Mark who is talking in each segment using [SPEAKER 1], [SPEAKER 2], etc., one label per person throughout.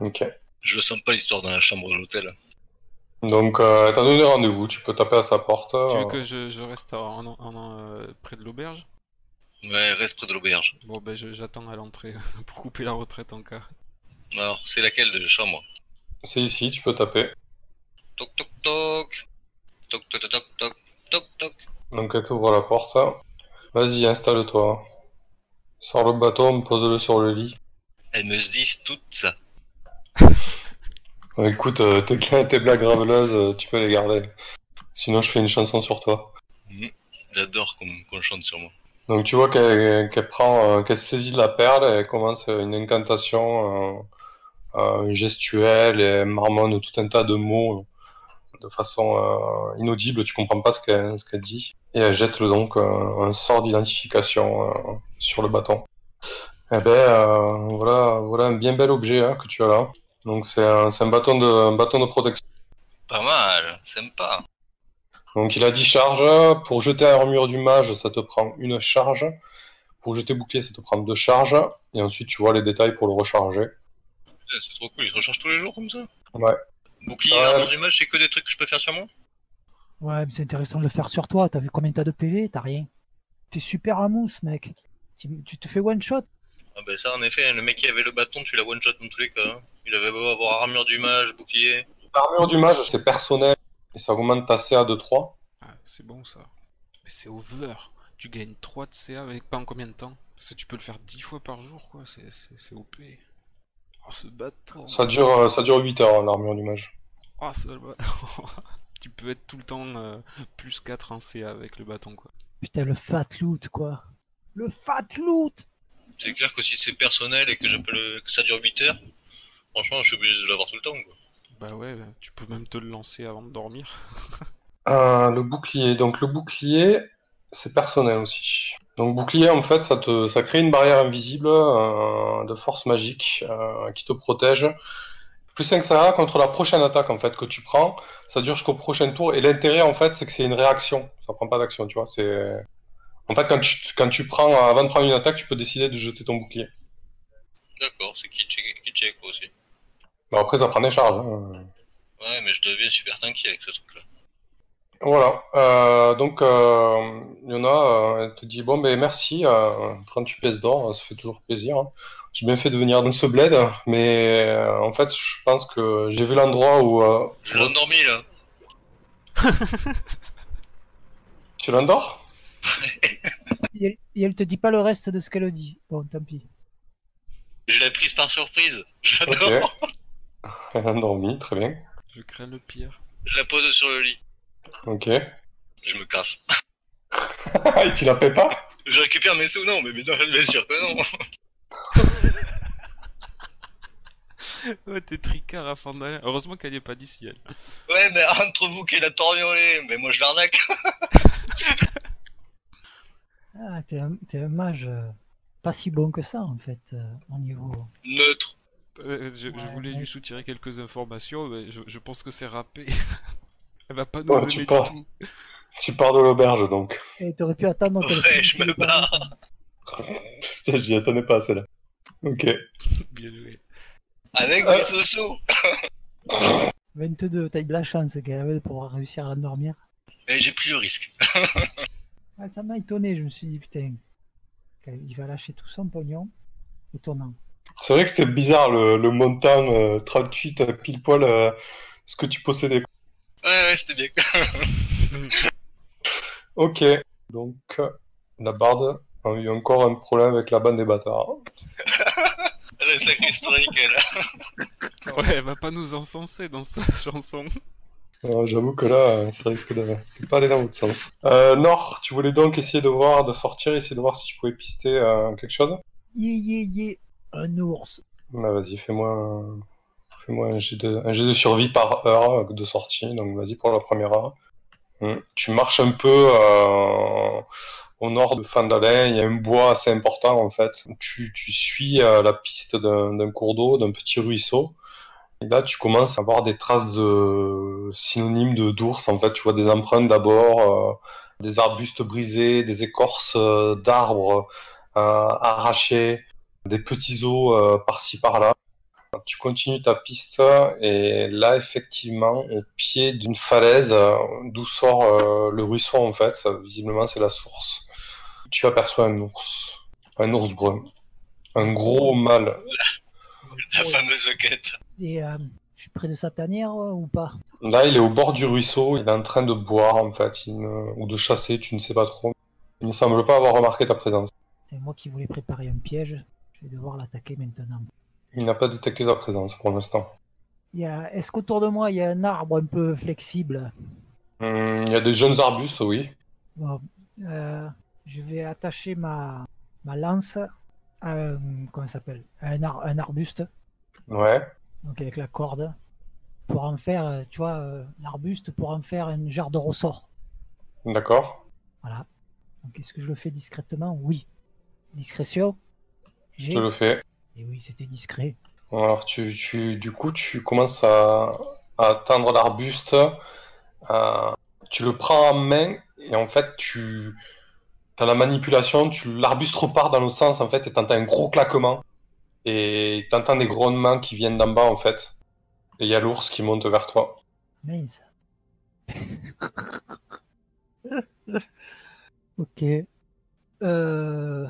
[SPEAKER 1] Ok.
[SPEAKER 2] Je sens pas l'histoire dans la chambre de l'hôtel.
[SPEAKER 1] Donc, euh, elle t'a donné rendez-vous, tu peux taper à sa porte.
[SPEAKER 3] Tu
[SPEAKER 1] euh,
[SPEAKER 3] veux que je, je reste en- en- en, euh, près de l'auberge
[SPEAKER 2] Ouais, reste près de l'auberge.
[SPEAKER 3] Bon, ben je- j'attends à l'entrée pour couper la retraite en cas.
[SPEAKER 2] Alors, c'est laquelle de chambre
[SPEAKER 1] C'est ici, tu peux taper.
[SPEAKER 2] Toc toc toc. Toc toc toc toc toc toc toc.
[SPEAKER 1] Donc, elle t'ouvre la porte. Vas-y, installe-toi. Sors le bâton, pose-le sur le lit.
[SPEAKER 2] Elles me se disent tout ça.
[SPEAKER 1] Euh, Écoute, euh, tes, tes blagues graveleuses, euh, tu peux les garder. Sinon, je fais une chanson sur toi.
[SPEAKER 2] J'adore qu'on qu'on chante sur moi.
[SPEAKER 1] Donc tu vois qu'elle qu'elle prend, euh, qu'elle saisit la perle et elle commence euh, une incantation euh, euh, gestuelle et elle marmonne tout un tas de mots de façon euh, inaudible. Tu comprends pas ce qu'elle ce qu'elle dit et elle jette le- donc euh, un sort d'identification euh, sur le bâton. Eh ben euh, voilà voilà un bien bel objet hein, que tu as là. Donc c'est un, c'est un bâton de un bâton de protection.
[SPEAKER 2] Pas mal, sympa.
[SPEAKER 1] Donc il a 10 charges. Pour jeter armure du mage, ça te prend une charge. Pour jeter bouclier, ça te prend deux charges. Et ensuite, tu vois les détails pour le recharger.
[SPEAKER 2] Putain, Eh, C'est trop cool, ils se rechargent tous les jours comme ça
[SPEAKER 1] Ouais.
[SPEAKER 2] Bouclier,
[SPEAKER 1] Ouais.
[SPEAKER 2] armure du mage, c'est que des trucs que je peux faire sur moi
[SPEAKER 4] Ouais, mais c'est intéressant de le faire sur toi. T'as vu combien t'as de PV T'as rien. T'es super à mousse, mec. Tu tu te fais one shot.
[SPEAKER 2] Ah bah ça en effet, le mec qui avait le bâton, tu l'as one shot dans tous les cas. hein. Il avait beau avoir armure du mage, bouclier.
[SPEAKER 1] L'armure du mage, c'est personnel. Et ça augmente ta CA de 3.
[SPEAKER 3] Ah, c'est bon ça. Mais c'est over. Tu gagnes 3 de CA avec pas en combien de temps Parce que tu peux le faire 10 fois par jour, quoi. C'est, c'est, c'est OP. Oh, ce bâtard.
[SPEAKER 1] Ça dure, euh, ça dure 8 heures, l'armure du mage.
[SPEAKER 3] Oh, ce bâ- tu peux être tout le temps euh, plus 4 en CA avec le bâton, quoi.
[SPEAKER 4] Putain, le fat loot, quoi. Le fat loot
[SPEAKER 2] C'est clair que si c'est personnel et que, je peux le- que ça dure 8 heures, franchement je suis obligé de l'avoir tout le temps quoi.
[SPEAKER 3] Bah ouais, tu peux même te le lancer avant de dormir.
[SPEAKER 1] Euh, le bouclier. Donc le bouclier, c'est personnel aussi. Donc bouclier, en fait, ça, te, ça crée une barrière invisible euh, de force magique euh, qui te protège. Plus 5 CA contre la prochaine attaque en fait que tu prends. Ça dure jusqu'au prochain tour. Et l'intérêt en fait, c'est que c'est une réaction. Ça prend pas d'action, tu vois. C'est en fait quand tu, quand tu prends euh, avant de prendre une attaque, tu peux décider de jeter ton bouclier.
[SPEAKER 2] D'accord, c'est kitsch et- kitsch et éco aussi.
[SPEAKER 1] Bon, après, ça prend des charges. hein.
[SPEAKER 2] Ouais, mais je deviens super tanky avec ce truc là.
[SPEAKER 1] Voilà, euh, donc euh, Yona, euh, elle te dit bon ben merci, euh, 38 pièces d'or, euh, ça fait toujours plaisir. hein. J'ai bien fait de venir dans ce bled, mais euh, en fait je pense que j'ai vu l'endroit où euh,
[SPEAKER 2] Je l'ai endormi là
[SPEAKER 1] tu l'endors.
[SPEAKER 4] et elle, et elle te dit pas le reste de ce qu'elle dit. Bon, tant pis.
[SPEAKER 2] Je l'ai prise par surprise
[SPEAKER 1] Ok.
[SPEAKER 2] J'adore
[SPEAKER 1] Elle l'a endormi, très bien.
[SPEAKER 3] Je crains le pire.
[SPEAKER 2] Je la pose sur le lit.
[SPEAKER 1] Ok.
[SPEAKER 2] Je me casse.
[SPEAKER 1] Et tu la paies pas
[SPEAKER 2] Je récupère mes sous, non, mais mais non, bien sûr que non
[SPEAKER 3] Ouais, t'es tricard à fin d'année. Heureusement qu'elle y est pas d'ici, elle.
[SPEAKER 2] Ouais, mais entre vous qui la torgnolée, mais moi je l'arnaque
[SPEAKER 4] Ah, t'es un, t'es un mage euh, pas si bon que ça, en fait, euh, en niveau.
[SPEAKER 2] Neutre
[SPEAKER 3] Euh, Je, je
[SPEAKER 4] Ouais,
[SPEAKER 3] voulais
[SPEAKER 4] ouais.
[SPEAKER 3] lui soutirer quelques informations, mais je, je pense que c'est râpé. Elle va pas nous
[SPEAKER 1] Oh,
[SPEAKER 3] aimer
[SPEAKER 1] tu
[SPEAKER 3] du
[SPEAKER 1] pars.
[SPEAKER 3] tout.
[SPEAKER 1] Tu pars de l'auberge donc.
[SPEAKER 4] Et Eh, t'aurais pu attendre que le
[SPEAKER 2] Ouais, je me barre
[SPEAKER 1] Putain, je n'y attendais pas celle-là. Ok.
[SPEAKER 3] Bien joué.
[SPEAKER 2] Avec
[SPEAKER 1] Ah.
[SPEAKER 2] mes sous-sous
[SPEAKER 4] 22, t'as eu de la chance qu'elle avait de pouvoir réussir à l'endormir.
[SPEAKER 2] Mais j'ai pris le risque.
[SPEAKER 4] Ah, ça m'a étonné, je me suis dit, putain, il va lâcher tout son pognon au tournant.
[SPEAKER 1] C'est vrai que c'était bizarre le, le montant euh, 38 euh, pile poil euh, ce que tu possédais.
[SPEAKER 2] Ouais, ouais, c'était bien.
[SPEAKER 1] Ok, donc euh, la barde a eu encore un problème avec la bande des bâtards.
[SPEAKER 2] Elle a sacré historique, elle.
[SPEAKER 3] Ouais, elle va pas nous encenser dans sa chanson.
[SPEAKER 1] Euh, J'avoue que là, euh, ça risque de, de pas aller dans l'autre sens. Euh, Nord, tu voulais donc essayer de voir, de sortir, essayer de voir si tu pouvais pister euh, quelque chose?
[SPEAKER 4] Yé, yé, yé, un ours.
[SPEAKER 1] Bah vas-y, fais-moi un... fais-moi un jet de... un jet de survie par heure de sortie. Donc vas-y pour la première heure. Hmm. Tu marches un peu euh, au nord de Fandalin, il y a un bois assez important en fait. Tu, tu suis euh, la piste d'un d'un cours d'eau, d'un petit ruisseau. Et là, tu commences à voir des traces de synonymes de d'ours. En fait, tu vois des empreintes d'abord, euh, des arbustes brisés, des écorces euh, d'arbres euh, arrachées des petits os euh, par-ci par-là. tu continues ta piste et là effectivement au pied d'une falaise euh, d'où sort euh, le ruisseau en fait, ça, visiblement c'est la source. Tu aperçois un ours, un ours brun, un gros mâle.
[SPEAKER 2] La fameuse quête.
[SPEAKER 4] Et euh, je suis près de sa tanière euh, ou pas
[SPEAKER 1] Là il est au bord du ruisseau, il est en train de boire en fait, il ne- ou de chasser, tu ne sais pas trop. Il ne semble pas avoir remarqué ta présence.
[SPEAKER 4] C'est moi qui voulais préparer un piège. Je vais devoir l'attaquer maintenant.
[SPEAKER 1] Il n'a pas détecté ta présence pour l'instant.
[SPEAKER 4] Il y a- Est-ce qu'autour de moi il y a un arbre un peu flexible
[SPEAKER 1] Hum, il y a des jeunes arbustes, oui.
[SPEAKER 4] Bon, euh, je vais attacher ma, ma lance à un, comment ça s'appelle À un, ar- un arbuste,
[SPEAKER 1] Ouais.
[SPEAKER 4] donc avec la corde, pour en faire, euh, tu vois, euh, l'arbuste pour en faire un genre de ressort.
[SPEAKER 1] D'accord.
[SPEAKER 4] Voilà. Donc est-ce que je le fais discrètement Oui. Discrétion
[SPEAKER 1] Je
[SPEAKER 4] J'ai.
[SPEAKER 1] te le fais.
[SPEAKER 4] Et oui, c'était discret.
[SPEAKER 1] Alors, tu, tu- du coup, tu commences à, à atteindre l'arbuste, à- tu le prends en main, et en fait, tu, dans la manipulation, tu, l'arbuste repart dans l'autre sens, en fait, et t'entends un gros claquement, et t'entends des grondements qui viennent d'en bas, en fait. Et il y a l'ours qui monte vers toi.
[SPEAKER 4] Mince. ok. Euh...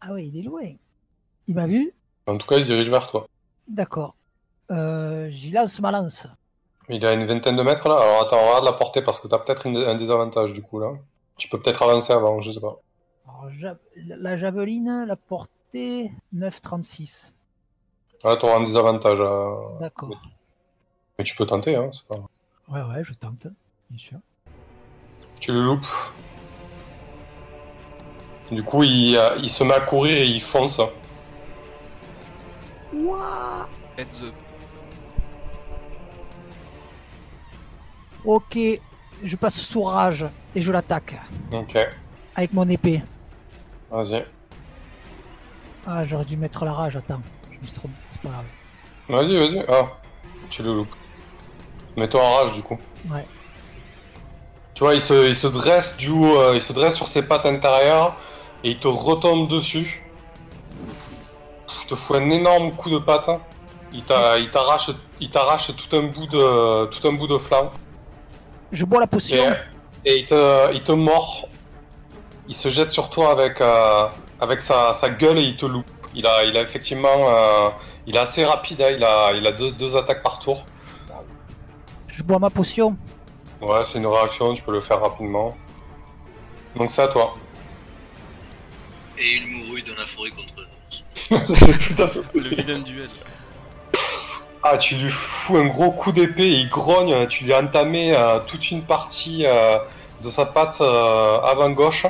[SPEAKER 4] Ah oui, il est loin. Il m'a vu
[SPEAKER 1] En tout cas, il se dirige vers toi.
[SPEAKER 4] D'accord. Euh, J'y lance ma lance.
[SPEAKER 1] Il est à une vingtaine de mètres, là. Alors, attends, regarde la portée, parce que t'as peut-être une- un désavantage, du coup, là. Tu peux peut-être avancer avant, je sais pas.
[SPEAKER 4] Alors, ja- La javeline, la portée 9,36.
[SPEAKER 1] Là, Ah, t'auras un désavantage. euh,
[SPEAKER 4] D'accord.
[SPEAKER 1] Mais tu peux tenter, hein, c'est pas...
[SPEAKER 4] Ouais, ouais, je tente. Bien sûr.
[SPEAKER 1] Tu le loupes. Du coup, il, euh, il se met à courir et il fonce.
[SPEAKER 4] Ouah
[SPEAKER 3] Heads up.
[SPEAKER 4] ok, je passe sous rage et je l'attaque
[SPEAKER 1] Ok,
[SPEAKER 4] avec mon épée.
[SPEAKER 1] vas-y.
[SPEAKER 4] Ah, j'aurais dû mettre la rage, attends. Je me suis trompé, c'est pas grave.
[SPEAKER 1] Vas-y, vas-y. Ah, tu le loupes. Mets-toi en rage, du coup.
[SPEAKER 4] Ouais.
[SPEAKER 1] Tu vois, il se, il se dresse du haut, euh, il se dresse sur ses pattes intérieures et il te retombe dessus. Pff, Il te fout un énorme coup de patte. Il t'a- il t'arrache il t'arrache tout un bout de tout un bout de flanc.
[SPEAKER 4] Je bois la potion.
[SPEAKER 1] Et, et il, te, il te mord. Il se jette sur toi avec, euh, avec sa, sa gueule et il te loupe. Il a, il a effectivement. euh, il est assez rapide, hein, il a, il a deux, deux attaques par tour.
[SPEAKER 4] Je bois ma potion.
[SPEAKER 1] Ouais, c'est une réaction, tu peux le faire rapidement. Donc c'est à toi.
[SPEAKER 2] Et il mourut dans la forêt contre l'ours.
[SPEAKER 1] c'est tout à fait
[SPEAKER 3] Le vilain duel.
[SPEAKER 1] Ah, tu lui fous un gros coup d'épée, il grogne, tu lui as entamé euh, toute une partie euh, de sa patte euh, avant-gauche.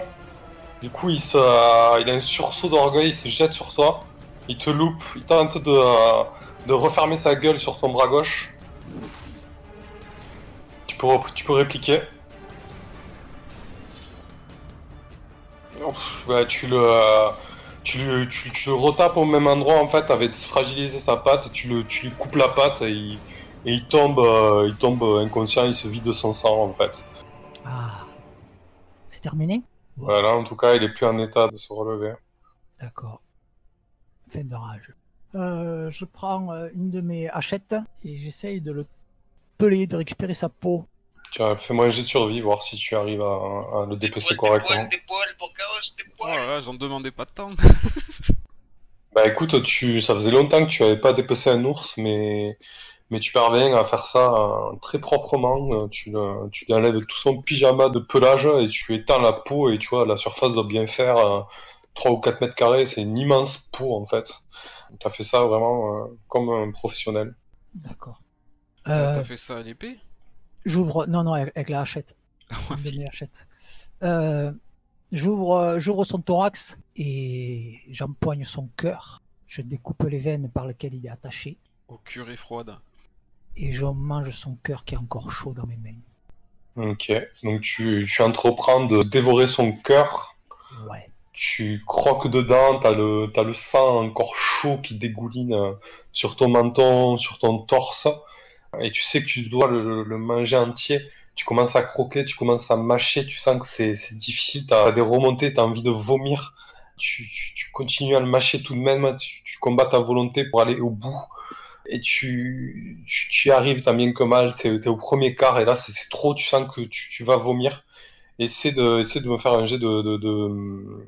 [SPEAKER 1] Du coup, il, se, euh, il a un sursaut d'orgueil, il se jette sur toi, il te loupe, il tente de, euh, de refermer sa gueule sur ton bras gauche. Tu peux, rep- tu peux répliquer. Ouf, bah, tu le... euh, tu, le- tu- tu le retapes au même endroit en fait, avec fragilisé sa patte, tu, le, tu lui coupes la patte et il, et il tombe, euh, il tombe inconscient, il se vide de son sang en fait.
[SPEAKER 4] Ah. C'est terminé
[SPEAKER 1] Voilà, en tout cas, il est plus en état de se relever.
[SPEAKER 4] D'accord. Fin de rage. Euh, je prends euh, une de mes hachettes et j'essaye de le peler, de récupérer sa peau.
[SPEAKER 1] Tiens, fais-moi un jet de survie, voir si tu arrives à, à le
[SPEAKER 2] Des
[SPEAKER 1] dépêcher
[SPEAKER 2] poils, des
[SPEAKER 1] correctement.
[SPEAKER 2] poils, des poils pour Chaos, des
[SPEAKER 3] Oh
[SPEAKER 2] poils.
[SPEAKER 3] là là, j'en demandais pas tant.
[SPEAKER 4] Euh,
[SPEAKER 1] Bah écoute, tu, ça faisait longtemps que tu n'avais pas dépecé un ours, mais, mais tu parviens à faire ça euh, très proprement. Euh, Tu, le- tu lui enlèves tout son pyjama de pelage et tu étends la peau et tu vois, la surface doit bien faire euh, 3 ou 4 mètres carrés. C'est une immense peau en fait. Tu as fait ça vraiment euh, comme un professionnel.
[SPEAKER 4] D'accord.
[SPEAKER 3] T'as
[SPEAKER 4] Euh,
[SPEAKER 3] t'as fait ça à l'épée
[SPEAKER 4] j'ouvre. Non, non, avec, avec la hachette.
[SPEAKER 3] Ah,
[SPEAKER 4] Une de mes hachettes. Euh, j'ouvre, euh, j'ouvre son thorax et j'empoigne son cœur. Je découpe les veines par lesquelles il est attaché
[SPEAKER 3] Au curé froide.
[SPEAKER 4] et je mange son cœur qui est encore chaud dans mes mains.
[SPEAKER 1] Ok, donc tu, tu entreprends de dévorer son cœur.
[SPEAKER 4] Ouais.
[SPEAKER 1] tu croques dedans, t'as le, t'as le sang encore chaud qui dégouline euh, sur ton menton, sur ton torse, et tu sais que tu dois le, le manger entier. Tu commences à croquer, tu commences à mâcher, tu sens que c'est, c'est difficile, t'as des remontées, t'as envie de vomir, tu, tu- tu continues à le mâcher tout de même, tu, tu combats ta volonté pour aller au bout, et tu, tu, tu y arrives tant bien que mal, t'es es au premier quart, et là c'est- c'est trop, tu sens que tu, tu vas vomir. Essaie de, essaie de me faire un jet de, de, de-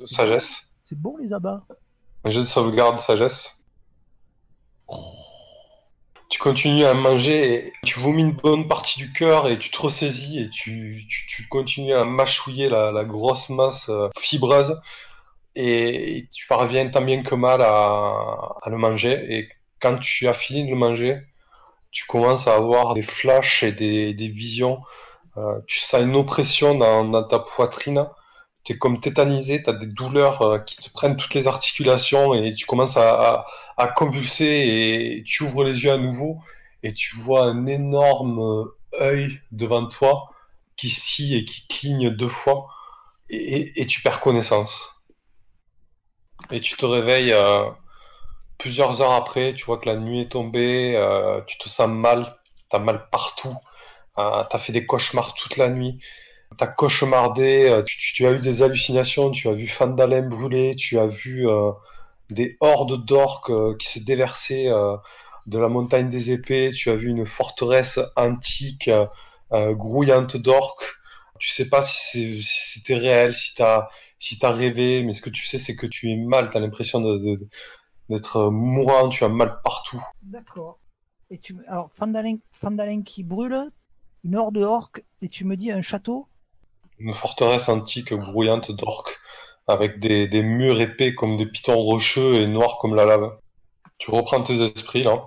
[SPEAKER 1] de sagesse,
[SPEAKER 4] C'est bon les abats
[SPEAKER 1] un jet de sauvegarde sagesse. Tu continues à manger, et tu vomis une bonne partie du cœur et tu te ressaisis et tu, tu, tu continues à mâchouiller la, la grosse masse euh, fibreuse et, et tu parviens tant bien que mal à, à le manger. Et quand tu as fini de le manger, tu commences à avoir des flashs et des, des visions. Euh, tu sens une oppression dans, dans ta poitrine. Tu es comme tétanisé, tu as des douleurs euh, qui te prennent toutes les articulations et tu commences à, à- à convulser et tu ouvres les yeux à nouveau et tu vois un énorme euh, œil devant toi qui scie et qui cligne deux fois et, et- et tu perds connaissance. Et tu te réveilles euh, plusieurs heures après, tu vois que la nuit est tombée, euh, tu te sens mal, t'as mal partout, euh, t'as fait des cauchemars toute la nuit, t'as cauchemardé, euh, tu, tu- tu as eu des hallucinations, tu as vu Fandalem brûler, tu as vu... euh, des hordes d'orques euh, qui se déversaient euh, de la montagne des épées. Tu as vu une forteresse antique euh, euh, grouillante d'orques. Tu sais pas si c'est- si c'était réel, si t'as si t'as rêvé, mais ce que tu sais, c'est que tu es mal. T'as l'impression de- de- d'être euh, mourant. Tu as mal partout.
[SPEAKER 4] D'accord. Et tu alors Fandalin, Fandalin qui brûle, une horde orque, et tu me dis un château
[SPEAKER 1] Une forteresse antique grouillante d'orques avec des, des murs épais comme des pitons rocheux et noirs comme la lave. Tu reprends tes esprits là.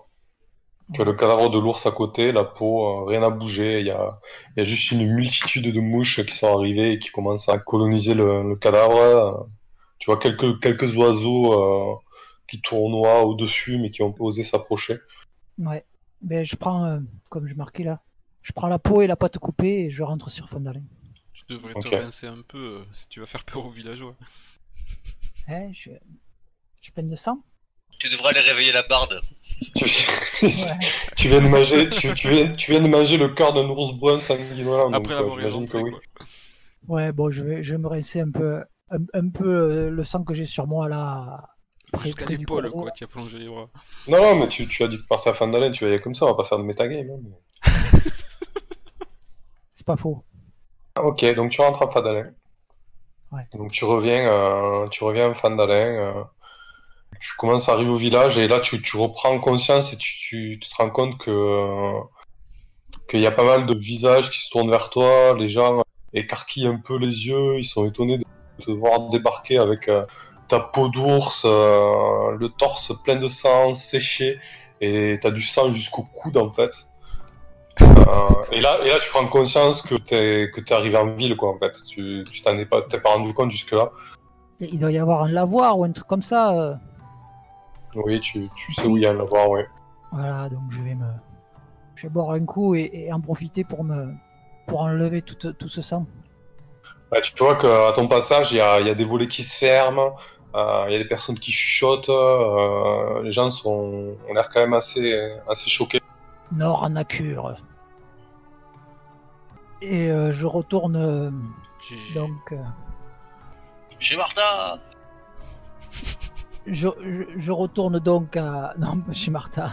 [SPEAKER 1] Tu as le cadavre de l'ours à côté, la peau, euh, rien à bouger. Il y a, il y a juste une multitude de mouches qui sont arrivées et qui commencent à coloniser le, le cadavre. Euh, Tu vois quelques, quelques oiseaux euh, qui tournoient au-dessus mais qui ont pas osé s'approcher.
[SPEAKER 4] Ouais. Ben je prends, euh, comme je marquais là, je prends la peau et la pâte coupée et je rentre sur Fandalin.
[SPEAKER 3] Tu devrais
[SPEAKER 1] Ok. Ah,
[SPEAKER 3] te rincer un peu euh, si tu vas faire peur aux villageois.
[SPEAKER 4] Hein, je, je suis pleine de sang.
[SPEAKER 2] Tu devrais aller réveiller la barde.
[SPEAKER 1] Tu, tu viens de manger, tu, tu viens, tu viens de manger le cœur d'un ours brun sanguinolent.
[SPEAKER 3] Après
[SPEAKER 1] donc, euh,
[SPEAKER 3] l'avoir
[SPEAKER 1] j'imagine que
[SPEAKER 3] éventré,
[SPEAKER 1] oui.
[SPEAKER 3] quoi.
[SPEAKER 4] Ouais, bon, je vais, je vais me rincer un peu, un, un peu euh, le sang que j'ai sur moi là. près-
[SPEAKER 3] Jusqu'à
[SPEAKER 4] près du
[SPEAKER 3] l'épaule,
[SPEAKER 4] corbeau.
[SPEAKER 3] quoi, tu as plongé les bras.
[SPEAKER 1] Non, non, mais tu, tu as dit que partir à fin d'année, tu vas y aller comme ça, on va pas faire de metagame. hein, mais-
[SPEAKER 4] C'est pas faux.
[SPEAKER 1] Ah, Ok, donc tu rentres à Fandalin.
[SPEAKER 4] Ouais.
[SPEAKER 1] Donc tu reviens, euh, tu reviens à Fandalin. euh, tu commences à arriver au village et là tu, tu reprends conscience et tu, tu- tu te rends compte que euh, qu'il y a pas mal de visages qui se tournent vers toi. Les gens écarquillent un peu les yeux, ils sont étonnés de te voir débarquer avec euh, ta peau d'ours, euh, le torse plein de sang, séché et t'as du sang jusqu'au coude en fait. Euh, et, là, et là, tu prends conscience que t'es que t'es arrivé en ville, quoi, en fait. Tu tu t'en es pas, t'es pas rendu compte jusque-là.
[SPEAKER 4] Et Il doit y avoir un lavoir ou un truc comme ça. euh.
[SPEAKER 1] Oui, tu, tu sais où il y a un lavoir, ouais.
[SPEAKER 4] Voilà, donc je vais me. Je vais boire un coup et, et en profiter pour me. pour enlever tout, tout ce sang.
[SPEAKER 1] Ouais, Bah, tu vois qu'à ton passage, il y a, il y a des volets qui se ferment, euh, il y a des personnes qui chuchotent, euh, les gens sont, ont l'air quand même assez, assez choqués.
[SPEAKER 4] Nord en Acure. Et euh, je retourne euh,
[SPEAKER 3] GG.
[SPEAKER 4] donc. euh,
[SPEAKER 2] Chez Martha
[SPEAKER 4] je, je, je retourne donc à. Non, pas chez Martha.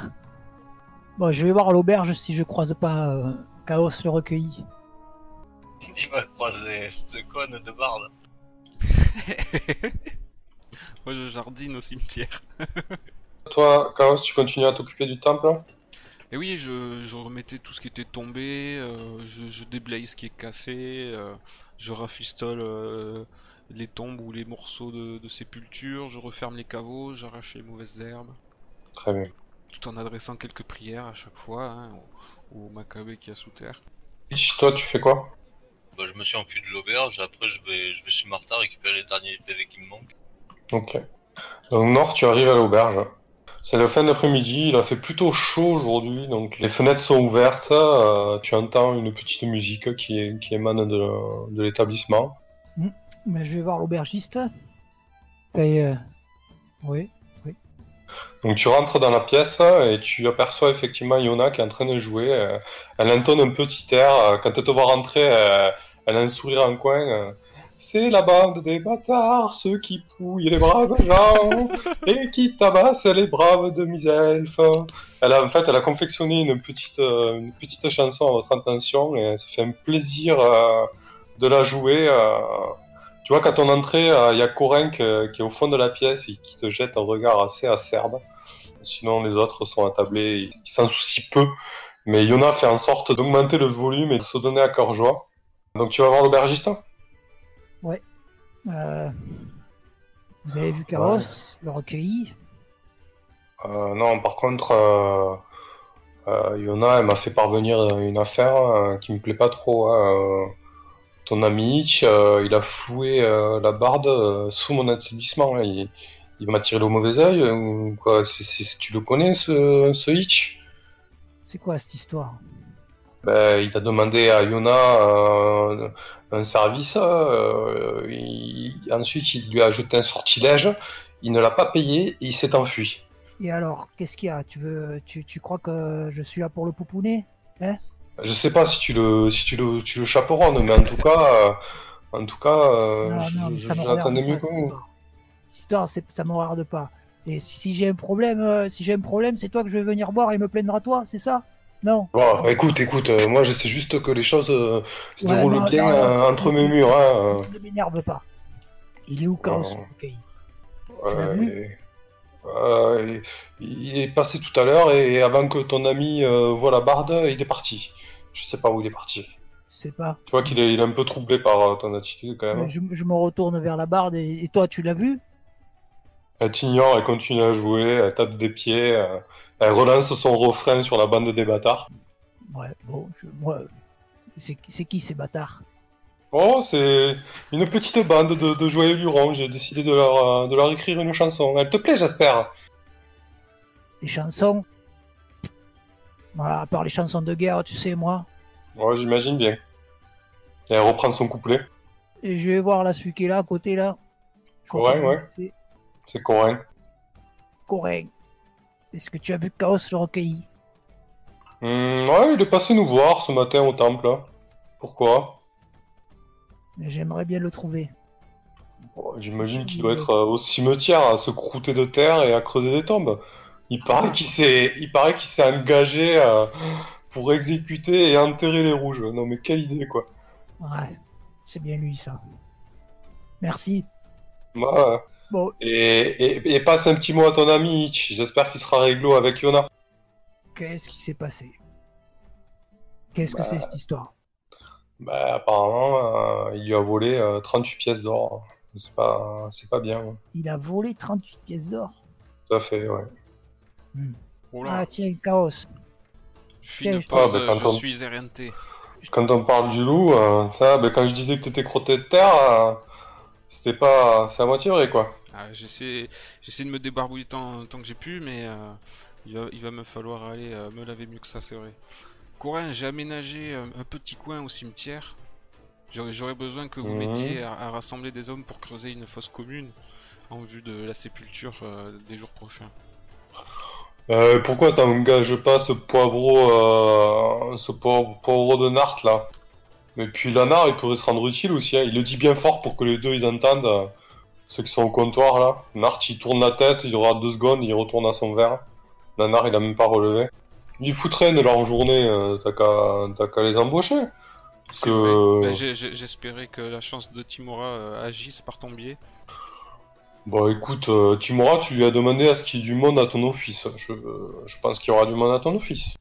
[SPEAKER 4] Bon, je vais voir à l'auberge si je croise pas euh, Chaos le recueilli.
[SPEAKER 2] Il va croiser ce conne de barde.
[SPEAKER 3] Moi, je jardine au cimetière.
[SPEAKER 1] Toi, Chaos, tu continues à t'occuper du temple
[SPEAKER 3] Et oui, je, je remettais tout ce qui était tombé, euh, je, je déblaye ce qui est cassé, euh, je rafistole euh, les tombes ou les morceaux de, de sépulture, je referme les caveaux, j'arrache les mauvaises herbes,
[SPEAKER 1] Très bien.
[SPEAKER 3] tout en adressant quelques prières à chaque fois hein, au, au macabé qui a sous terre.
[SPEAKER 1] Itch, toi, tu fais quoi
[SPEAKER 2] Bah, je me suis enfui de l'auberge, après je vais, je vais chez Martha récupérer les derniers PV qui me manquent.
[SPEAKER 1] Ok. Donc Nord, tu arrives à l'auberge. C'est la fin d'après-midi, il a fait plutôt chaud aujourd'hui, donc les fenêtres sont ouvertes, euh, tu entends une petite musique qui, est- qui émane de, de l'établissement.
[SPEAKER 4] Mais je vais voir l'aubergiste. Et, euh, Oui.
[SPEAKER 1] Donc tu rentres dans la pièce et tu aperçois effectivement Yona qui est en train de jouer. euh, Elle entonne un petit air, euh, quand elle te voit rentrer, euh, elle a un sourire en coin. euh, C'est la bande des bâtards, ceux qui pouillent les braves gens et qui tabassent les braves demi-elfes. Elle a, en fait, elle a confectionné une petite, euh, une petite chanson à votre attention et ça fait un plaisir euh, de la jouer. euh. Tu vois, qu'à ton entrée, euh, il y a Corinne que- qui est au fond de la pièce et qui te jette un regard assez acerbe. Sinon, les autres sont attablés, ils s'en soucient peu. Mais Yona fait en sorte d'augmenter le volume et de se donner à cœur joie. Donc tu vas voir l'aubergiste hein
[SPEAKER 4] Euh, vous avez vu Carros, le recueilli.
[SPEAKER 1] Euh, non, par contre, euh, euh, Yona, elle m'a fait parvenir euh, une affaire euh, qui me plaît pas trop. hein, euh. ton ami Hitch, euh, il a foué euh, la barde euh, sous mon établissement. là. Il, il m'a tiré le mauvais œil euh, ou quoi C'est- c'est- Tu le connais, ce, ce Hitch
[SPEAKER 4] C'est quoi cette histoire
[SPEAKER 1] Ben, Il a demandé à Yona euh, un service. euh, il- ensuite, il lui a jeté un sortilège. Il ne l'a pas payé et il s'est enfui.
[SPEAKER 4] Et alors, qu'est-ce qu'il y a tu, veux, tu, tu crois que je suis là pour le pouponner
[SPEAKER 1] Je sais pas si tu le si tu le tu le chaperonnes, mais en tout cas euh, en tout cas euh,
[SPEAKER 4] Non,
[SPEAKER 1] je-
[SPEAKER 4] non, mais
[SPEAKER 1] je-
[SPEAKER 4] ça me
[SPEAKER 1] je
[SPEAKER 4] regarde
[SPEAKER 1] l'attendais
[SPEAKER 4] pas,
[SPEAKER 1] mieux que
[SPEAKER 4] cette
[SPEAKER 1] vous.
[SPEAKER 4] histoire. Cette histoire, c'est- ça me regarde pas. Et si, si j'ai un problème, euh, si j'ai un problème, c'est toi que je vais venir voir et me plaindra toi, c'est ça Non.
[SPEAKER 1] Bon, écoute, écoute, euh, moi je sais juste que les choses euh, se
[SPEAKER 4] Ouais,
[SPEAKER 1] déroulent
[SPEAKER 4] non,
[SPEAKER 1] bien
[SPEAKER 4] non,
[SPEAKER 1] euh,
[SPEAKER 4] non,
[SPEAKER 1] entre
[SPEAKER 4] non,
[SPEAKER 1] mes
[SPEAKER 4] non,
[SPEAKER 1] murs. Hein, euh.
[SPEAKER 4] Ne m'énerve pas. Il est où Chaos
[SPEAKER 1] Oh.
[SPEAKER 4] le recueilli Tu l'as vu
[SPEAKER 1] et- euh, et- il est passé tout à l'heure et avant que ton ami euh, voit la barde, il est parti. Je sais pas où il est parti.
[SPEAKER 4] Je sais pas.
[SPEAKER 1] Tu vois qu'il est, il est un peu troublé par euh, ton attitude quand même.
[SPEAKER 4] Euh, Je, je me retourne vers la barde et, et toi, tu l'as vu
[SPEAKER 1] Elle t'ignore, elle continue à jouer, elle tape des pieds, euh, elle relance son refrain sur la bande des bâtards.
[SPEAKER 4] Ouais, bon, je- moi, c'est c'est qui ces bâtards
[SPEAKER 1] Oh, c'est une petite bande de, de joyeux lurons. J'ai décidé de leur, euh, de leur écrire une chanson. Elle te plaît, j'espère.
[SPEAKER 4] Les chansons Voilà, à part les chansons de guerre, tu sais, moi.
[SPEAKER 1] Ouais, j'imagine bien. Et elle reprend son couplet.
[SPEAKER 4] Et je vais voir la celui qui est là, à côté là. Je crois
[SPEAKER 1] Ouais,
[SPEAKER 4] que
[SPEAKER 1] ouais.
[SPEAKER 4] C'est
[SPEAKER 1] C'est Corinne.
[SPEAKER 4] Corin. Est-ce que tu as vu Chaos le recueilli
[SPEAKER 1] Hmm, ouais, il est passé nous voir ce matin au temple. Pourquoi?
[SPEAKER 4] J'aimerais bien le trouver.
[SPEAKER 1] Bon, Oh, j'imagine qu'il doit être euh, au cimetière à se croûter de terre et à creuser des tombes. Il paraît qu'il s'est, il paraît qu'il s'est engagé euh, pour exécuter et enterrer les rouges. Non, mais quelle idée, quoi.
[SPEAKER 4] Ouais, c'est bien lui ça. Merci.
[SPEAKER 1] Ouais.
[SPEAKER 4] Bon,
[SPEAKER 1] euh, Et, et- et passe un petit mot à ton ami Hitch. J'espère qu'il sera réglo avec Yona.
[SPEAKER 4] qu'est-ce qui s'est passé Qu'est-ce
[SPEAKER 1] Bah.
[SPEAKER 4] que c'est cette histoire
[SPEAKER 1] Bah, apparemment, euh, il lui a volé euh, 38 pièces d'or. C'est pas, c'est pas bien. ouais.
[SPEAKER 4] Il a volé 38 pièces d'or.
[SPEAKER 1] Tout à fait, ouais.
[SPEAKER 3] Oh là,
[SPEAKER 4] Ah tiens, Chaos.
[SPEAKER 3] fine
[SPEAKER 4] quel-
[SPEAKER 3] pause,
[SPEAKER 1] Ah, bah,
[SPEAKER 3] je
[SPEAKER 1] pardon.
[SPEAKER 3] suis RNT.
[SPEAKER 1] Quand on parle du loup, euh, ça, bah, quand je disais que t'étais crotté de terre, euh, c'était pas, c'est à moitié vrai, quoi.
[SPEAKER 3] Ah, J'essaie j'essaie de me débarbouiller tant, tant que j'ai pu, mais euh, il, va, il va me falloir aller euh, me laver mieux que ça, c'est vrai. Corin, j'ai aménagé euh, un petit coin au cimetière. J'aurais j'aurais besoin que vous
[SPEAKER 1] Mhm.
[SPEAKER 3] m'aidiez à, à rassembler des hommes pour creuser une fosse commune en vue de la sépulture euh, des jours prochains.
[SPEAKER 1] Euh, pourquoi t'engages pas ce poivreau, euh, ce poivre- poivreau de Nart, là? Mais puis la Nart, il pourrait se rendre utile aussi, hein. Il le dit bien fort pour que les deux, ils entendent, euh, ceux qui sont au comptoir, là. Nart, il tourne la tête, il aura deux secondes, il retourne à son verre. La Nart, il a même pas relevé. Ils foutraient de leur journée, euh, t'as qu'à, t'as qu'à les embaucher.
[SPEAKER 3] C'est
[SPEAKER 1] Que-
[SPEAKER 3] vrai. Bah, j'ai- j'ai- J'espérais que la chance de Timora euh, agisse par ton biais.
[SPEAKER 1] Bon, écoute, euh, Timura, tu lui as demandé à ce qu'il y ait du monde à ton office. Je, euh, je pense qu'il y aura du monde à ton office.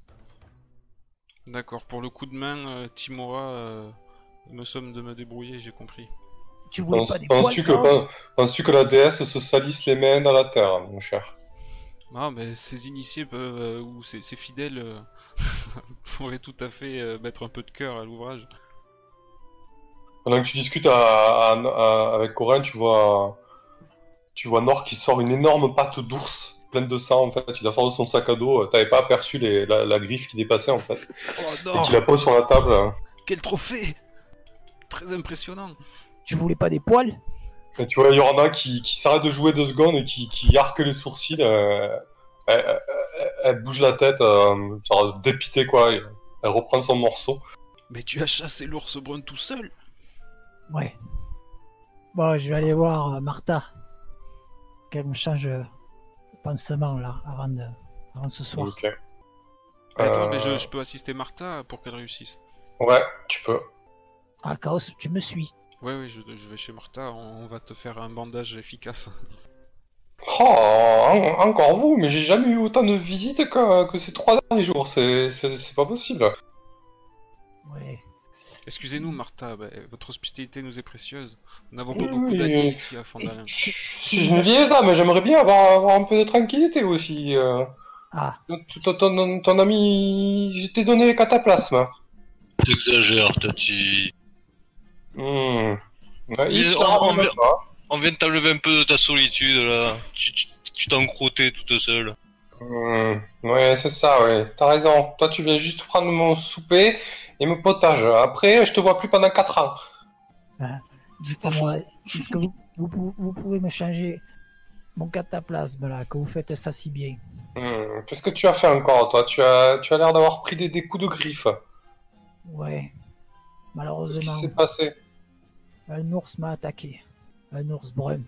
[SPEAKER 3] D'accord, pour le coup de main, euh, Timora euh, me somme de me débrouiller, j'ai compris.
[SPEAKER 4] Tu voulais
[SPEAKER 1] Penses-
[SPEAKER 4] pas des poils
[SPEAKER 1] penses-tu que,
[SPEAKER 4] Chaos
[SPEAKER 1] pen- penses-tu que la déesse se salisse les mains dans la terre, mon cher
[SPEAKER 3] Ah, mais ces initiés peuvent, euh, ou ces, ces fidèles euh, pourraient tout à fait euh, mettre un peu de cœur à l'ouvrage.
[SPEAKER 1] Pendant que tu discutes à- à- à- avec Corinne, tu vois, tu vois Nor qui sort une énorme patte d'ours pleine de sang en fait. Il la sort de son sac à dos. Euh, T'avais pas aperçu les- la, la griffe qui dépassait en fait.
[SPEAKER 3] Oh
[SPEAKER 1] Et qui la pose sur la table. hein.
[SPEAKER 3] Quel trophée Très impressionnant
[SPEAKER 4] Tu voulais pas des poils
[SPEAKER 1] Et tu vois Yorana qui, qui s'arrête de jouer deux secondes et qui, qui arque les sourcils. euh, elle, elle- elle- elle bouge la tête, euh, genre dépitée quoi. et Elle reprend son morceau.
[SPEAKER 3] Mais tu as chassé l'ours brun tout seul
[SPEAKER 4] Ouais. Bon, je vais aller voir euh, Martha. Qu'elle me change euh, le pansement là, avant, de... avant ce soir.
[SPEAKER 1] Ok.
[SPEAKER 3] Mais Attends,
[SPEAKER 1] Euh,
[SPEAKER 3] mais je, je peux assister Martha pour qu'elle réussisse.
[SPEAKER 1] Ouais, tu peux.
[SPEAKER 4] Ah, Chaos, tu me suis.
[SPEAKER 3] Ouais, oui, je, je vais chez Martha, on, on va te faire un bandage efficace.
[SPEAKER 1] Oh, en- encore vous, mais j'ai jamais eu autant de visites que, que ces trois derniers jours. C'est- C'est c'est pas possible.
[SPEAKER 4] Ouais.
[SPEAKER 3] Excusez-nous, Martha, bah, votre hospitalité nous est précieuse. Nous n'avons
[SPEAKER 1] Oui,
[SPEAKER 3] pas beaucoup
[SPEAKER 1] oui,
[SPEAKER 3] d'années
[SPEAKER 1] oui.
[SPEAKER 3] ici à Fandalin.
[SPEAKER 1] Je suis une vieille dame, j'aimerais bien avoir, avoir un peu de tranquillité aussi. euh.
[SPEAKER 4] Ah,
[SPEAKER 1] Ton, ton- ton ami, je t'ai donné les cataplasmes.
[SPEAKER 2] T'exagères, Tati.
[SPEAKER 1] Hmm. Ouais,
[SPEAKER 2] Mais
[SPEAKER 1] Il s'en
[SPEAKER 2] on- on
[SPEAKER 1] rend même
[SPEAKER 2] ver-
[SPEAKER 1] pas.
[SPEAKER 2] On vient de t'enlever un peu de ta solitude là. Tu tu- tu t'en crottais toute seule.
[SPEAKER 1] Hmm. Ouais, c'est ça, ouais. T'as raison. Toi, tu viens juste prendre mon souper et mon potage. Après, je te vois plus pendant 4 ans.
[SPEAKER 4] dites-moi, est-ce que vous, vous pou- vous pouvez me changer mon cataplasme là, que vous faites ça si bien
[SPEAKER 1] Hmm. Qu'est-ce que tu as fait encore, toi Tu as, tu as l'air d'avoir pris des, des coups de griffe. Qu'est-ce
[SPEAKER 4] Ouais.
[SPEAKER 1] qui
[SPEAKER 4] Malheureusement,
[SPEAKER 1] s'est passé
[SPEAKER 4] un ours m'a attaqué. Un ours brun.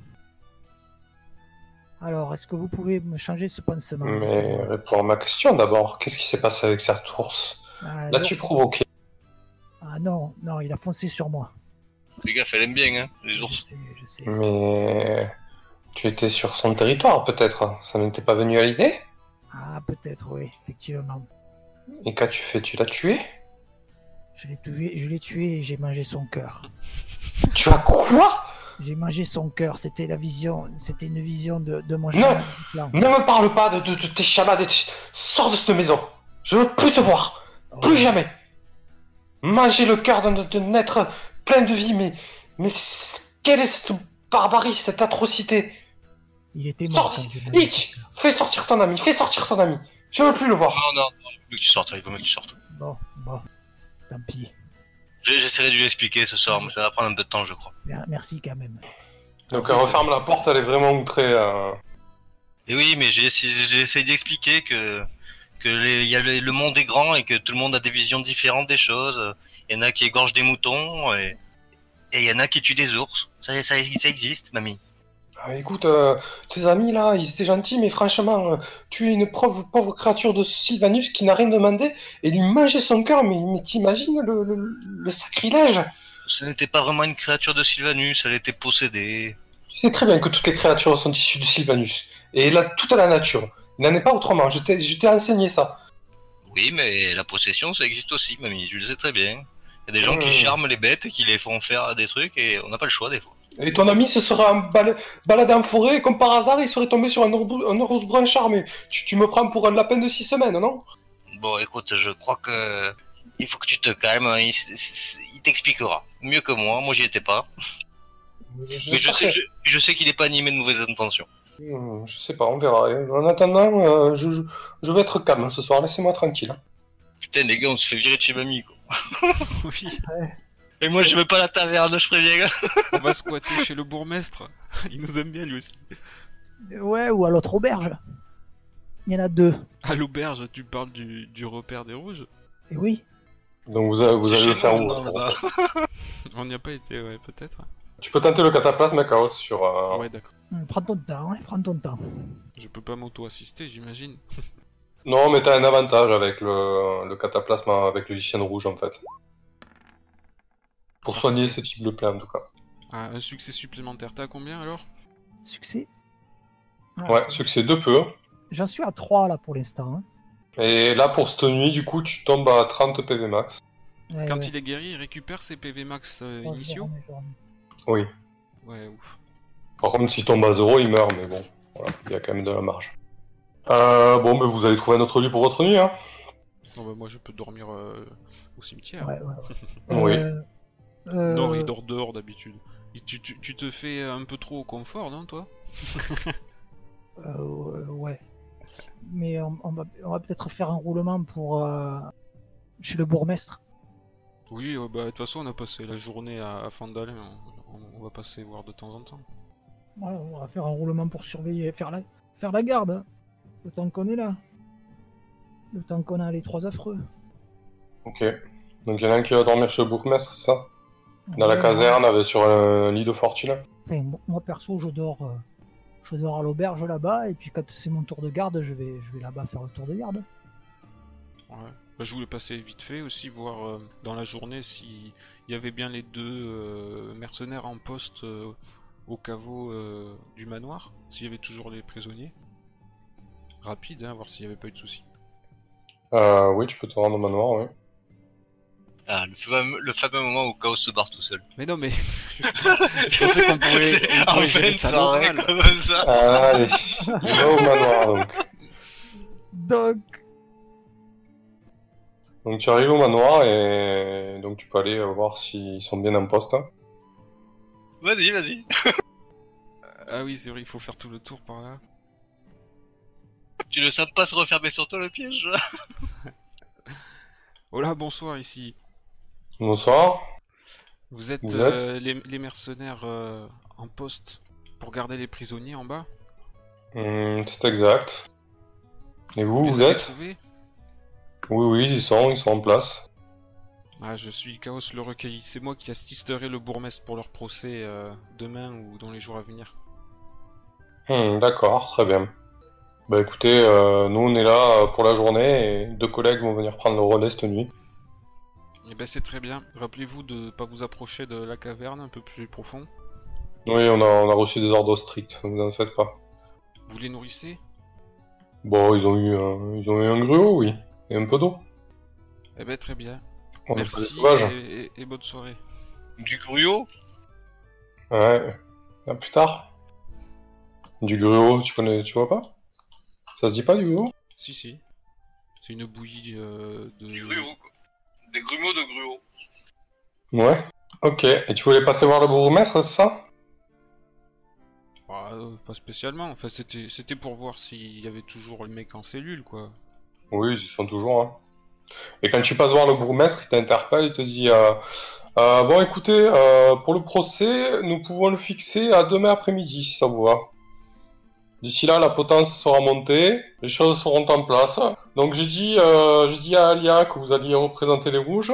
[SPEAKER 4] Alors, est-ce que vous pouvez me changer ce pansement
[SPEAKER 1] Mais réponds à ma question d'abord. Qu'est-ce qui s'est passé avec cette ours
[SPEAKER 4] Ah,
[SPEAKER 1] Là,
[SPEAKER 4] l'ours-
[SPEAKER 1] tu provoqué.
[SPEAKER 4] Ah non, non, il a foncé sur moi.
[SPEAKER 2] Les gars, elle aime bien, hein, les
[SPEAKER 4] Je
[SPEAKER 2] ours.
[SPEAKER 4] sais, je sais.
[SPEAKER 1] Mais tu étais sur son territoire, peut-être. Ça ne t'est pas venu à l'idée
[SPEAKER 4] Ah, peut-être, oui, effectivement.
[SPEAKER 1] Et qu'as-tu fait Tu l'as tué
[SPEAKER 4] Je l'ai tué, je l'ai tué et j'ai mangé son cœur.
[SPEAKER 1] Tu as quoi
[SPEAKER 4] J'ai mangé son cœur, c'était la vision, c'était une vision de, de mon
[SPEAKER 1] Non.
[SPEAKER 4] chemin du plan.
[SPEAKER 1] Ne me parle pas de, de, de tes chamades et de... Sors de cette maison Je veux plus te voir Plus jamais Manger le cœur d'un d'un être plein de vie, mais... Mais c- quelle est cette barbarie, cette atrocité
[SPEAKER 4] Il était mort.
[SPEAKER 1] Sorti-
[SPEAKER 4] quand j'ai mangé
[SPEAKER 1] Lich
[SPEAKER 4] son cœur.
[SPEAKER 1] Fais sortir ton ami, fais sortir ton ami Je veux plus le voir
[SPEAKER 2] Ah, Non, non, non, il faut que tu sortes, il faut que tu sortes.
[SPEAKER 4] Bon, bon, tant pis.
[SPEAKER 2] J'ai- J'essaierai de lui expliquer ce soir, mais ça va prendre un peu de temps, je crois.
[SPEAKER 4] Mer- Merci quand même.
[SPEAKER 1] Donc euh, elle referme la porte, elle est vraiment outrée. euh.
[SPEAKER 2] Et oui, mais j'ai essayé j'ai essayé d'expliquer que que les- il y a le, le monde est grand et que tout le monde a des visions différentes des choses. Il y en a qui égorgent des moutons et et il y en a qui tuent des ours. Ça, ça, ça existe, mamie.
[SPEAKER 1] Ah, écoute, euh, tes amis là, ils étaient gentils, mais franchement, euh, tu es une pauvre, pauvre créature de Sylvanus qui n'a rien demandé et lui manger son cœur, mais, mais t'imagines le, le- le sacrilège
[SPEAKER 2] Ce n'était pas vraiment une créature de Sylvanus, elle était possédée.
[SPEAKER 1] Tu sais très bien que toutes les créatures sont issues de Sylvanus et là, toute la nature. Il n'en est pas autrement, je t'ai je t'ai enseigné ça.
[SPEAKER 2] Oui, mais la possession, ça existe aussi, mamie, tu le sais très bien. Il y a des gens
[SPEAKER 1] Ouais.
[SPEAKER 2] qui charment les bêtes et qui les font faire des trucs et on n'a pas le choix des fois.
[SPEAKER 1] Et ton ami se serait en bal- baladé en forêt et comme par hasard, il serait tombé sur un, orbu- un ours brun charmé. Tu, tu me prends pour un lapin de six semaines, non
[SPEAKER 2] Bon, écoute, je crois que il faut que tu te calmes, hein, il, s- s- il t'expliquera. Mieux que moi, moi j'y étais pas. Mais je sais, je, je sais qu'il n'est pas animé de mauvaises intentions.
[SPEAKER 1] Hmm, Je sais pas, on verra. Et En attendant, euh, je, je- je vais être calme ce soir, laissez-moi tranquille. hein.
[SPEAKER 2] Putain, les gars, on se fait virer de chez mamie, quoi.
[SPEAKER 3] oui,
[SPEAKER 2] Et moi, je vais pas à la taverne, je préviens.
[SPEAKER 3] on va squatter chez le bourgmestre. Il nous aime bien lui aussi.
[SPEAKER 4] Ouais, ou à l'autre auberge. Il y en a deux.
[SPEAKER 3] À l'auberge, tu parles du, du repère des rouges
[SPEAKER 4] Et oui,
[SPEAKER 1] Donc vous, vous
[SPEAKER 2] C'est
[SPEAKER 1] allez le
[SPEAKER 2] chez
[SPEAKER 1] faire
[SPEAKER 2] nous,
[SPEAKER 1] où
[SPEAKER 2] non, là-bas.
[SPEAKER 3] On n'y a pas été, ouais, peut-être.
[SPEAKER 1] Tu peux tenter le cataplasme, Chaos, sur... euh,
[SPEAKER 3] Ouais, d'accord.
[SPEAKER 4] Hum, prends ton temps, hein, prends ton temps.
[SPEAKER 3] Je peux pas m'auto-assister, j'imagine.
[SPEAKER 1] Non, mais t'as un avantage avec le, le cataplasme, avec le lycéen rouge, en fait. Pour soigner ce type de plaie, en tout cas.
[SPEAKER 3] Ah, un succès supplémentaire, t'as combien alors
[SPEAKER 4] Succès. Ah,
[SPEAKER 1] Ouais, succès de peu.
[SPEAKER 4] J'en suis à 3 là pour l'instant. hein.
[SPEAKER 1] Et là, pour cette nuit, du coup, tu tombes à 30 PV max.
[SPEAKER 4] Ouais,
[SPEAKER 3] Quand
[SPEAKER 4] Eh ouais.
[SPEAKER 3] il est guéri, il récupère ses PV max euh,
[SPEAKER 4] Ouais,
[SPEAKER 3] initiaux
[SPEAKER 4] j'en ai, j'en ai.
[SPEAKER 1] Oui.
[SPEAKER 3] Ouais, ouf.
[SPEAKER 1] Par contre, s'il tombe à zéro, il meurt, mais bon. Voilà, il y a quand même de la marge. Euh, bon, mais vous allez trouver un autre lieu pour votre nuit, hein
[SPEAKER 3] Oh, bah, moi, je peux dormir euh, au cimetière.
[SPEAKER 4] Ouais, ouais.
[SPEAKER 1] Oui.
[SPEAKER 4] Euh, euh,
[SPEAKER 3] Non, il dort dehors d'habitude. Et Tu, tu- tu te fais un peu trop au confort, non, toi
[SPEAKER 4] Euh, ouais. Mais on, on va, on va peut-être faire un roulement pour euh, chez le bourgmestre.
[SPEAKER 3] Oui, euh, bah, de toute façon, on a passé la journée à, à Fandalin. On, on- on va passer voir de temps en temps.
[SPEAKER 4] Voilà, on va faire un roulement pour surveiller, faire la, faire la garde. hein. Le temps qu'on est là. Le temps qu'on a les trois affreux.
[SPEAKER 1] Ok. Donc il y en a un qui va dormir chez le bourgmestre, c'est ça Dans la
[SPEAKER 4] Ouais,
[SPEAKER 1] caserne, avec, sur un lit de fortune
[SPEAKER 4] Enfin, mo- moi perso, je dors, euh, je dors à l'auberge là-bas, et puis quand c'est mon tour de garde, je vais, je vais là-bas faire le tour de garde.
[SPEAKER 3] Ouais. Bah, je voulais passer vite fait aussi, voir euh, dans la journée s'il y avait bien les deux euh, mercenaires en poste euh, au caveau euh, du manoir, s'il y avait toujours les prisonniers. Rapide, hein, voir s'il n'y avait pas eu de soucis.
[SPEAKER 1] Euh, oui, tu peux te rendre au manoir, oui.
[SPEAKER 2] Ah, le fameux, le fameux moment où Chaos se barre tout seul.
[SPEAKER 3] Mais non, mais je pensais qu'on pouvait-
[SPEAKER 2] C'est
[SPEAKER 3] on
[SPEAKER 2] en
[SPEAKER 3] pouvait gérer
[SPEAKER 2] fait,
[SPEAKER 3] ça
[SPEAKER 2] ça aurait
[SPEAKER 3] normal.
[SPEAKER 2] comme ça.
[SPEAKER 4] Ah,
[SPEAKER 1] Allez, il va au manoir donc.
[SPEAKER 4] Donc,
[SPEAKER 1] Donc tu arrives au manoir et donc tu peux aller euh, voir s'ils sont bien en poste. hein.
[SPEAKER 2] Vas-y, vas-y.
[SPEAKER 3] Ah oui, c'est vrai, il faut faire tout le tour par là.
[SPEAKER 2] Tu le sens pas se refermer sur toi le piège
[SPEAKER 3] Oh là, bonsoir ici.
[SPEAKER 1] Bonsoir.
[SPEAKER 3] Vous êtes
[SPEAKER 1] Vous
[SPEAKER 3] euh, les, les mercenaires euh, en poste pour garder les prisonniers en bas
[SPEAKER 1] Hum, c'est exact. Et vous,
[SPEAKER 3] les
[SPEAKER 1] vous
[SPEAKER 3] avez
[SPEAKER 1] êtes
[SPEAKER 3] trouvés
[SPEAKER 1] Oui, oui, ils sont, ils sont en place.
[SPEAKER 3] Ah, je suis Chaos le recueilli. C'est moi qui assisterai le bourgmestre pour leur procès euh, demain ou dans les jours à venir.
[SPEAKER 1] Hum, D'accord, très bien. Bah écoutez, euh, nous on est là euh, pour la journée et deux collègues vont venir prendre le relais cette nuit.
[SPEAKER 3] Eh ben, c'est très bien. Rappelez-vous de ne pas vous approcher de la caverne un peu plus profond.
[SPEAKER 1] Oui, on a, on a reçu des ordres stricts, ne vous en faites pas.
[SPEAKER 3] Vous les nourrissez
[SPEAKER 1] Bon, ils ont eu, un- ils ont eu un gruau, oui, et un peu d'eau.
[SPEAKER 3] Eh ben, très bien.
[SPEAKER 1] On est pas des
[SPEAKER 3] Merci
[SPEAKER 1] sauvages.
[SPEAKER 3] et- et- et bonne soirée.
[SPEAKER 2] Du gruau
[SPEAKER 1] Ouais, à plus tard. Du gruau, tu connais, tu vois pas? Ça se dit pas du gruau?
[SPEAKER 3] Si, si. C'est une bouillie euh, de.
[SPEAKER 2] Du gruau, quoi. Des grumeaux de gruau.
[SPEAKER 1] Ouais. Ok, et tu voulais passer voir le bourgmestre, c'est ça?
[SPEAKER 3] Bah, euh, pas spécialement. Enfin, c'était c'était pour voir s'il y avait toujours le mec en cellule, quoi.
[SPEAKER 1] Oui, ils y sont toujours, hein. Et quand tu passes voir le bourgmestre, il t'interpelle, il te dit euh, Euh, Bon, écoutez, euh, pour le procès, nous pouvons le fixer à demain après-midi, si ça vous va. D'ici là, la potence sera montée, les choses seront en place. Donc j'ai dit, euh, j'ai dit à Alia que vous alliez représenter les rouges.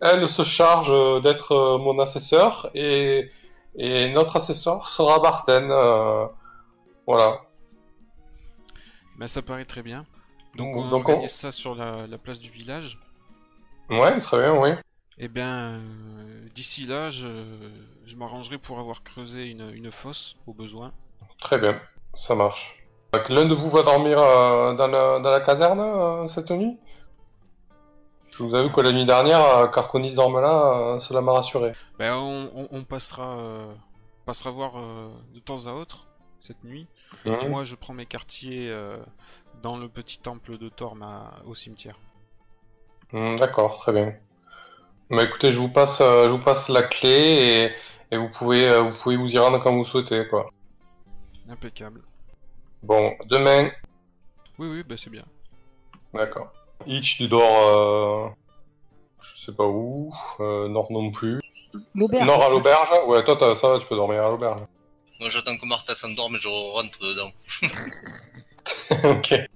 [SPEAKER 1] Elle se charge euh, d'être euh, mon assesseur et, et notre assesseur sera Barten. euh, voilà.
[SPEAKER 3] Ben, ça paraît très bien. Donc,
[SPEAKER 1] Donc,
[SPEAKER 3] on
[SPEAKER 1] donc, on-
[SPEAKER 3] organise ça sur la, la place du village.
[SPEAKER 1] Ouais, très bien, oui.
[SPEAKER 3] Eh bien, euh, d'ici là, je, je m'arrangerai pour avoir creusé une, une fosse au besoin.
[SPEAKER 1] Très bien, ça marche. Donc, L'un de vous va dormir euh, dans, la, dans la caserne euh, cette nuit Je vous avoue que la nuit dernière, euh, Carconis dorme là, euh, cela m'a rassuré.
[SPEAKER 3] Ben, on, on- on passera, euh, passera voir euh, de temps à autre cette nuit.
[SPEAKER 1] Mhm.
[SPEAKER 3] Moi, je prends mes quartiers euh, dans le petit temple de Thorm à- au cimetière.
[SPEAKER 1] Hmm, D'accord, très bien. Bah, écoutez, je vous passe, euh, je vous passe la clé et, et vous pouvez, euh, vous pouvez vous y rendre quand vous souhaitez, quoi.
[SPEAKER 3] Impeccable.
[SPEAKER 1] Bon, demain,
[SPEAKER 3] Oui, oui, ben, c'est bien.
[SPEAKER 1] d'accord. Hitch, tu dors, euh, je sais pas où, euh, Nord non plus.
[SPEAKER 4] l'auberge.
[SPEAKER 1] Nord à l'auberge Ouais, toi, t'as- ça va, tu peux dormir à l'auberge.
[SPEAKER 2] Moi j'attends que Martha s'endorme et je rentre dedans.
[SPEAKER 1] Ok.